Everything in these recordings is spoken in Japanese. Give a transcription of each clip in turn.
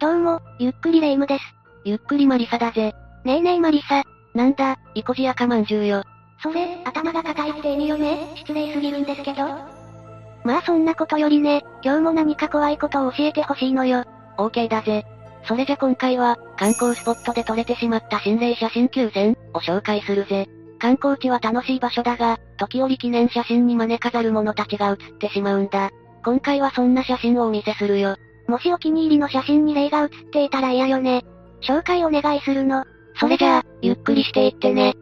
どうも、ゆっくりレ夢ムです。ゆっくりマリサだぜ。ねえねえマリサ。なんだ、イコジアカまんじゅうよ。それ、頭が固いって意味よね。失礼すぎるんですけど。まあそんなことよりね、今日も何か怖いことを教えてほしいのよ。 OK だぜ。それじゃ今回は、観光スポットで撮れてしまった心霊写真9000を紹介するぜ。観光地は楽しい場所だが、時折記念写真に招かざる者たちが写ってしまうんだ。今回はそんな写真をお見せするよ。もしお気に入りの写真に霊が写っていたら嫌よね。紹介お願いするの。それじゃあ、ゆっくりしていってね。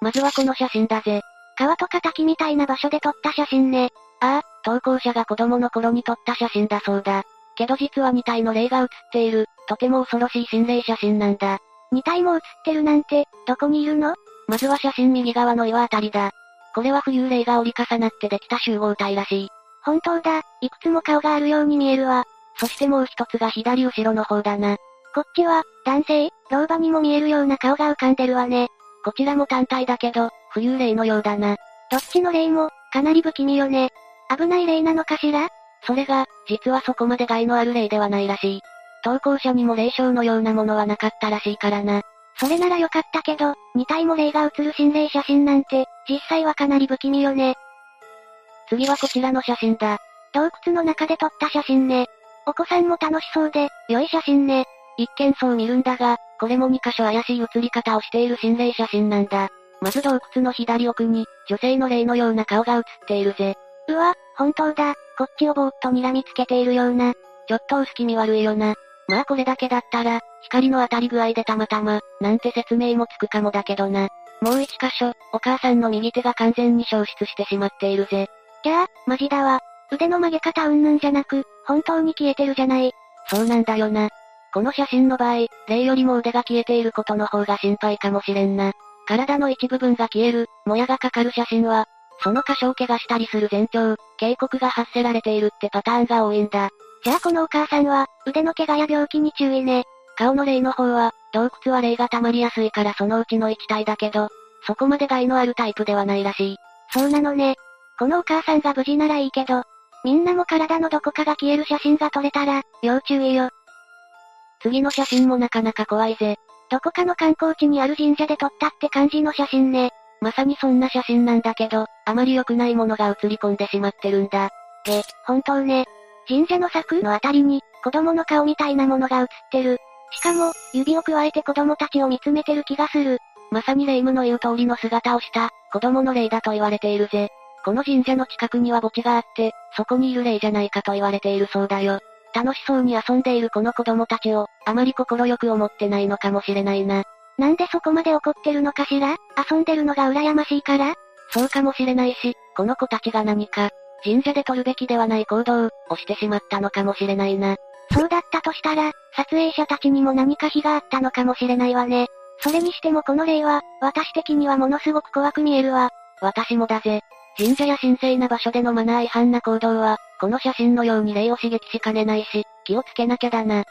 まずはこの写真だぜ。川とか滝みたいな場所で撮った写真ね。ああ、投稿者が子供の頃に撮った写真だそうだ。けど実は2体の霊が写っている、とても恐ろしい心霊写真なんだ。 2体も写ってるなんて、どこにいるのまずは写真右側の岩あたりだ。これは浮遊霊が折り重なってできた集合体らしい。本当だ、いくつも顔があるように見えるわ。そしてもう一つが左後ろの方だな。こっちは、男性、老婆にも見えるような顔が浮かんでるわね。こちらも単体だけど、浮遊霊のようだな。どっちの霊も、かなり不気味よね。危ない霊なのかしらそれが、実はそこまで害のある霊ではないらしい。投稿者にも霊障のようなものはなかったらしいからな。それならよかったけど、2体も霊が写る心霊写真なんて、実際はかなり不気味よね。次はこちらの写真だ。洞窟の中で撮った写真ね。お子さんも楽しそうで、良い写真ね。一見そう見るんだが、これも2箇所怪しい写り方をしている心霊写真なんだ。まず洞窟の左奥に、女性の霊のような顔が写っているぜ。うわ、本当だ。こっちをぼーっと睨みつけているような。ちょっと薄気味悪いよな。まあこれだけだったら、光の当たり具合でたまたま、なんて説明もつくかもだけどな。もう一箇所、お母さんの右手が完全に消失してしまっているぜ。じゃあ、マジだわ。腕の曲げ方うんぬんじゃなく、本当に消えてるじゃない。そうなんだよな。この写真の場合、霊よりも腕が消えていることの方が心配かもしれんな。体の一部分が消える、もやがかかる写真は、その箇所を怪我したりする前兆、警告が発せられているってパターンが多いんだ。じゃあこのお母さんは、腕の怪我や病気に注意ね。顔の霊の方は、洞窟は霊が溜まりやすいからそのうちの1体だけど、そこまで害のあるタイプではないらしい。そうなのね。このお母さんが無事ならいいけど、みんなも体のどこかが消える写真が撮れたら、要注意よ。次の写真もなかなか怖いぜ。どこかの観光地にある神社で撮ったって感じの写真ね。まさにそんな写真なんだけど、あまり良くないものが写り込んでしまってるんだ。え、本当ね。神社の柵のあたりに、子供の顔みたいなものが写ってる。しかも、指をくわえて子供たちを見つめてる気がする。まさに霊夢の言う通りの姿をした、子供の霊だと言われているぜ。この神社の近くには墓地があって、そこにいる霊じゃないかと言われているそうだよ。楽しそうに遊んでいるこの子供たちを、あまり心よく思ってないのかもしれないな。なんでそこまで怒ってるのかしら遊んでるのが羨ましいからそうかもしれないし、この子たちが何か、神社で取るべきではない行動をしてしまったのかもしれないな。そうだったとしたら、撮影者たちにも何か非があったのかもしれないわね。それにしてもこの例は、私的にはものすごく怖く見えるわ。私もだぜ。神社や神聖な場所でのマナー違反な行動は、この写真のように霊を刺激しかねないし、気をつけなきゃだな。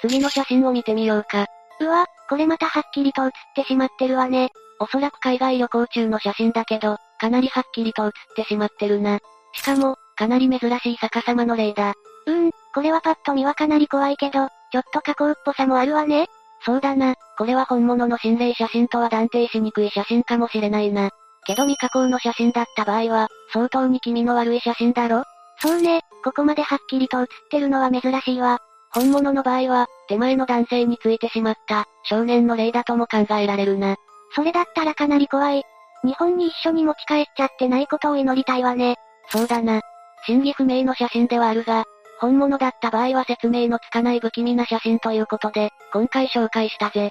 次の写真を見てみようか。うわ、これまたはっきりと写ってしまってるわね。おそらく海外旅行中の写真だけど、かなりはっきりと写ってしまってるな。しかも、かなり珍しい逆さまの霊だ。うーん、これはパッと見はかなり怖いけど、ちょっと加工っぽさもあるわね。そうだな、これは本物の心霊写真とは断定しにくい写真かもしれないな。けど未加工の写真だった場合は、相当に気味の悪い写真だろそうね、ここまではっきりと写ってるのは珍しいわ。本物の場合は、手前の男性についてしまった、少年の霊だとも考えられるな。それだったらかなり怖い。日本に一緒に持ち帰っちゃってないことを祈りたいわね。そうだな。真偽不明の写真ではあるが、本物だった場合は説明のつかない不気味な写真ということで、今回紹介したぜ。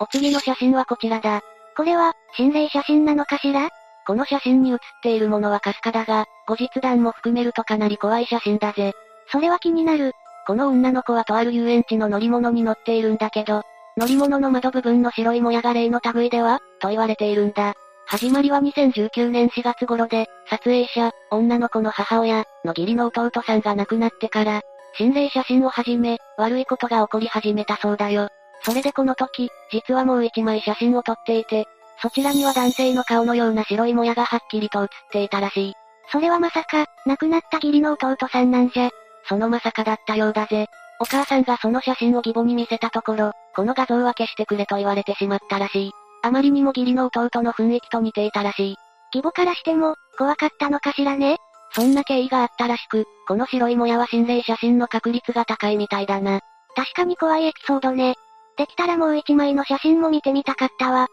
お次の写真はこちらだ。これは、心霊写真なのかしらこの写真に写っているものはかすかだが、後日談も含めるとかなり怖い写真だぜ。それは気になる。この女の子はとある遊園地の乗り物に乗っているんだけど、乗り物の窓部分の白いもやが霊の類ではと言われているんだ。始まりは2019年4月頃で、撮影者、女の子の母親、の義理の弟さんが亡くなってから、心霊写真をはじめ、悪いことが起こり始めたそうだよ。それでこの時、実はもう一枚写真を撮っていて、そちらには男性の顔のような白いもやがはっきりと写っていたらしい。それはまさか、亡くなった義理の弟さんなんじゃ。そのまさかだったようだぜ。お母さんがその写真を義母に見せたところ、この画像は消してくれと言われてしまったらしい。あまりにも義理の弟の雰囲気と似ていたらしい。義母からしても、怖かったのかしらね。そんな経緯があったらしく、この白いもやは心霊写真の確率が高いみたいだな。確かに怖いエピソードね。できたらもう一枚の写真も見てみたかったわ。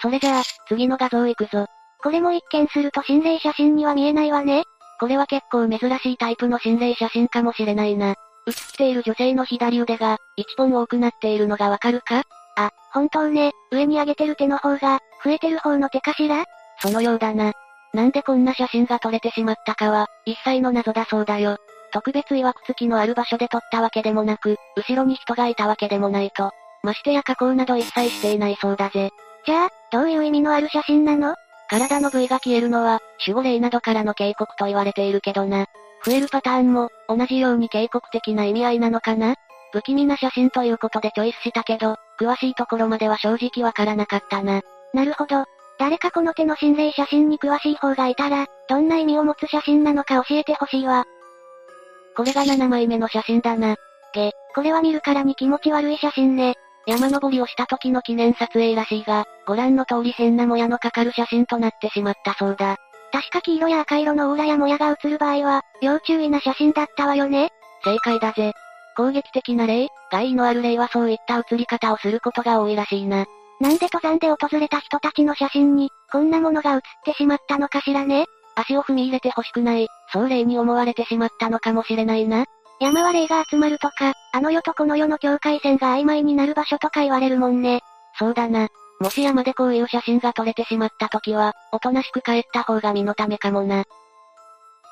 それじゃあ、次の画像行くぞ。これも一見すると心霊写真には見えないわね。これは結構珍しいタイプの心霊写真かもしれないな。写っている女性の左腕が、1本多くなっているのがわかるかあ、本当ね、上に上げてる手の方が、増えてる方の手かしらそのようだな。なんでこんな写真が撮れてしまったかは、一切の謎だそうだよ。特別曰く付きのある場所で撮ったわけでもなく、後ろに人がいたわけでもないと。ましてや加工など一切していないそうだぜ。じゃあ、どういう意味のある写真なの体の部位が消えるのは、守護霊などからの警告と言われているけどな。増えるパターンも、同じように警告的な意味合いなのかな不気味な写真ということでチョイスしたけど、詳しいところまでは正直わからなかったな。なるほど。誰かこの手の心霊写真に詳しい方がいたら、どんな意味を持つ写真なのか教えてほしいわ。これが7枚目の写真だな。げ、これは見るからに気持ち悪い写真ね。山登りをした時の記念撮影らしいが、ご覧の通り変なもやのかかる写真となってしまったそうだ。確か黄色や赤色のオーラやもやが映る場合は、要注意な写真だったわよね。正解だぜ。攻撃的な霊、害意のある霊はそういった映り方をすることが多いらしいな。なんで登山で訪れた人たちの写真に、こんなものが写ってしまったのかしらね。足を踏み入れてほしくない、そう霊に思われてしまったのかもしれないな。山は霊が集まるとか、あの世とこの世の境界線が曖昧になる場所とか言われるもんね。そうだな。もし山でこういう写真が撮れてしまった時は、おとなしく帰った方が身のためかもな。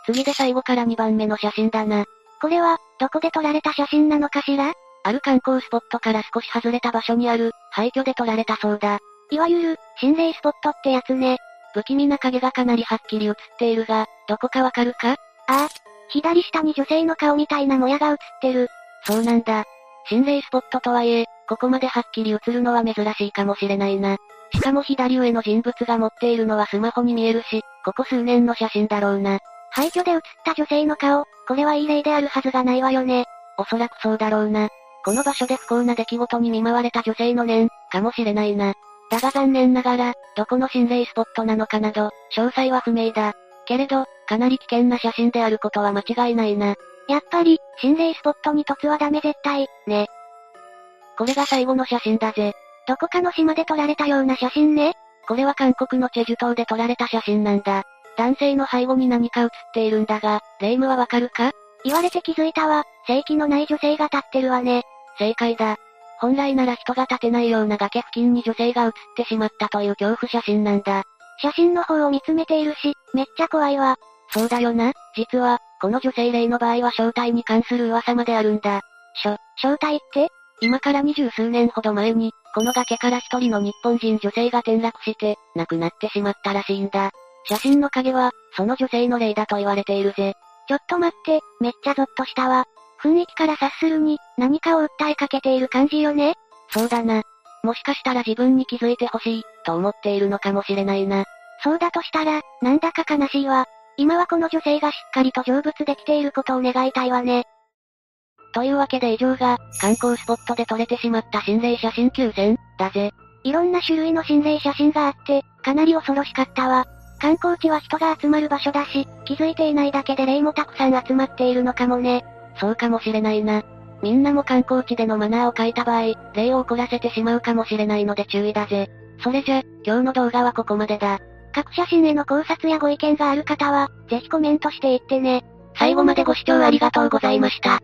次で最後から2番目の写真だな。これは、どこで撮られた写真なのかしらある観光スポットから少し外れた場所にある、廃墟で撮られたそうだ。いわゆる、心霊スポットってやつね。不気味な影がかなりはっきり映っているが、どこかわかるかああ、左下に女性の顔みたいなもやが映ってる。そうなんだ。心霊スポットとはいえ、ここまではっきり映るのは珍しいかもしれないな。しかも左上の人物が持っているのはスマホに見えるし、ここ数年の写真だろうな。廃墟で写った女性の顔、これはいい例であるはずがないわよね。おそらくそうだろうな。この場所で不幸な出来事に見舞われた女性の念、かもしれないな。だが残念ながら、どこの心霊スポットなのかなど、詳細は不明だ。けれど、かなり危険な写真であることは間違いないな。やっぱり、心霊スポットに突はダメ絶対、ね。これが最後の写真だぜ。どこかの島で撮られたような写真ね。これは韓国のチェジュ島で撮られた写真なんだ。男性の背後に何か写っているんだが、霊夢はわかるか言われて気づいたわ、正気のない女性が立ってるわね。正解だ。本来なら人が立てないような崖付近に女性が写ってしまったという恐怖写真なんだ。写真の方を見つめているし、めっちゃ怖いわ。そうだよな。実は、この女性霊の場合は正体に関する噂まであるんだ。しょ、正体って今から二十数年ほど前に、この崖から一人の日本人女性が転落して、亡くなってしまったらしいんだ。写真の影は、その女性の霊だと言われているぜ。ちょっと待って、めっちゃゾッとしたわ。雰囲気から察するに、何かを訴えかけている感じよね。そうだな。もしかしたら自分に気づいてほしい、と思っているのかもしれないな。そうだとしたら、なんだか悲しいわ。今はこの女性がしっかりと成仏できていることを願いたいわね。というわけで以上が、観光スポットで撮れてしまった心霊写真9選、だぜ。いろんな種類の心霊写真があって、かなり恐ろしかったわ。観光地は人が集まる場所だし、気づいていないだけで霊もたくさん集まっているのかもね。そうかもしれないな。みんなも観光地でのマナーを変えた場合、霊を怒らせてしまうかもしれないので注意だぜ。それじゃ、今日の動画はここまでだ。各写真への考察やご意見がある方は、ぜひコメントしていってね。最後までご視聴ありがとうございました。